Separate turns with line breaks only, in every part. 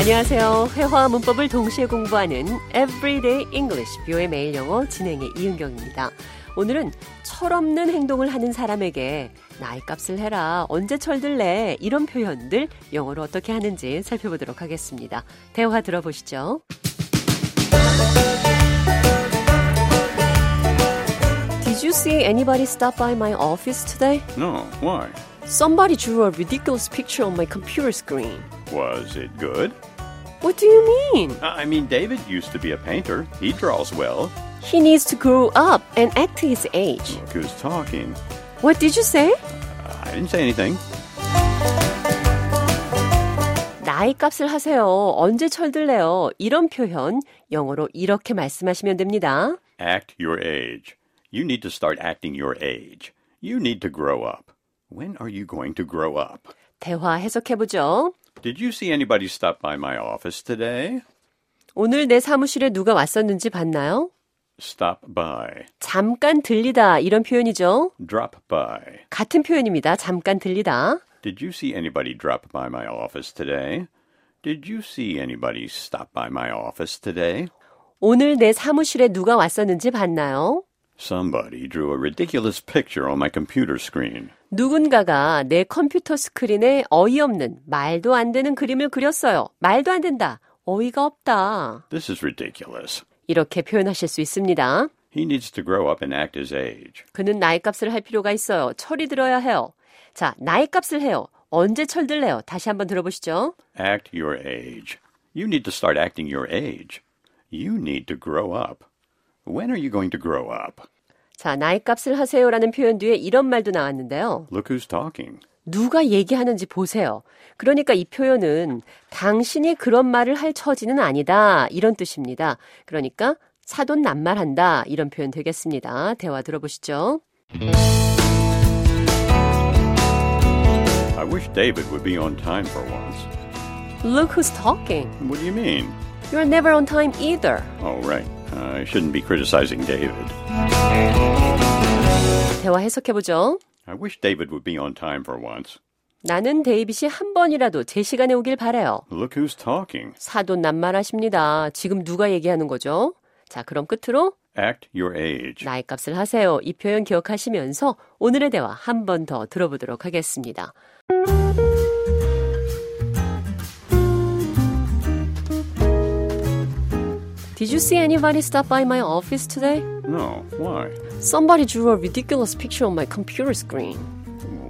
안녕하세요. 회화와 문법을 동시에 공부하는 Everyday English 뷰의 매일 영어 진행의 이은경입니다. 오늘은 철없는 행동을 하는 사람에게 나이 값을 해라, 언제 철들래 이런 표현들 영어로 어떻게 하는지 살펴보도록 하겠습니다. 대화 들어보시죠. Did you see anybody stop by my office today?
No, why?
Somebody drew a ridiculous picture on my computer screen.
Was it good?
What do you mean?
I I mean, David used to be a painter. He draws well.
He needs to grow up and act his age.
Look who's talking.
What did you say?
I didn't say anything.
나이 값을 하세요. 언제 철들래요? 이런 표현 영어로 이렇게 말씀하시면 됩니다.
Act your age. You need to start acting your age. You need to grow up. When are you going to grow up?
대화 해석해 보죠.
Did you see anybody stop by my office today?
오늘 내 사무실에 누가 왔었는지 봤나요?
Stop by.
잠깐 들리다 이런 표현이죠.
Drop by.
같은 표현입니다. 잠깐 들리다.
Did you see anybody drop by my office today? Did you see anybody stop by my office today?
오늘 내 사무실에 누가 왔었는지 봤나요?
Somebody drew a ridiculous picture on my computer screen.
누군가가 내 컴퓨터 스크린에 어이없는 말도 안 되는 그림을 그렸어요. 말도 안 된다. 어이가 없다.
This is ridiculous.
이렇게 표현하실 수 있습니다.
He needs to grow up and act his age.
그는 나이 값을 할 필요가 있어요. 철이 들어야 해요. 자, 나이 값을 해요. 언제 철들래요? 다시 한번 들어보시죠.
Act your age. You need to start acting your age. You need to grow up. When are you going to grow up?
자, 나이 값을 하세요라는 표현 뒤에 이런 말도 나왔는데요.
Look who's talking.
누가 얘기하는지 보세요. 그러니까 이 표현은 당신이 그런 말을 할 처지는 아니다. 이런 뜻입니다. 그러니까 사돈 낱말한다. 이런 표현 되겠습니다. 대화 들어보시죠.
I wish David would be on time for once.
Look who's talking.
What do you mean?
You're never on time either.
Oh, right. I shouldn't be criticizing David.
대화 해석해보죠.
I wish David would be on time for once.
나는 데이빗이 한 번이라도 제 시간에 오길 바래요.
Look who's talking.
사돈 낱말하십니다. 지금 누가 얘기하는 거죠? 자, 그럼 끝으로
Act your age.
나이 값을 하세요. 이 표현 기억하시면서 오늘의 대화 한 번 더 들어보도록 하겠습니다. Did you see anybody stop by my office today?
No, why?
Somebody drew a ridiculous picture on my computer screen.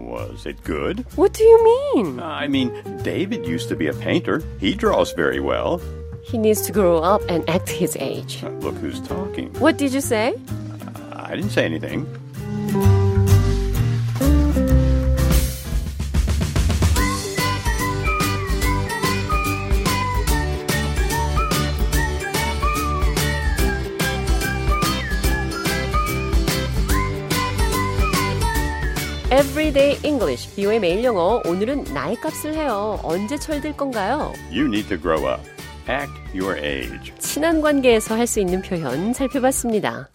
Was it good?
What do you mean?
I mean, David used to be a painter. He draws very well.
He needs to grow up and act his age.
Uh, Look who's talking.
What did you say?
I didn't say anything.
Everyday English, 비오의 매일 영어. 오늘은 나이 값을 해요. 언제 철들 건가요?
You need to grow up. Act your age.
친한 관계에서 할 수 있는 표현 살펴봤습니다.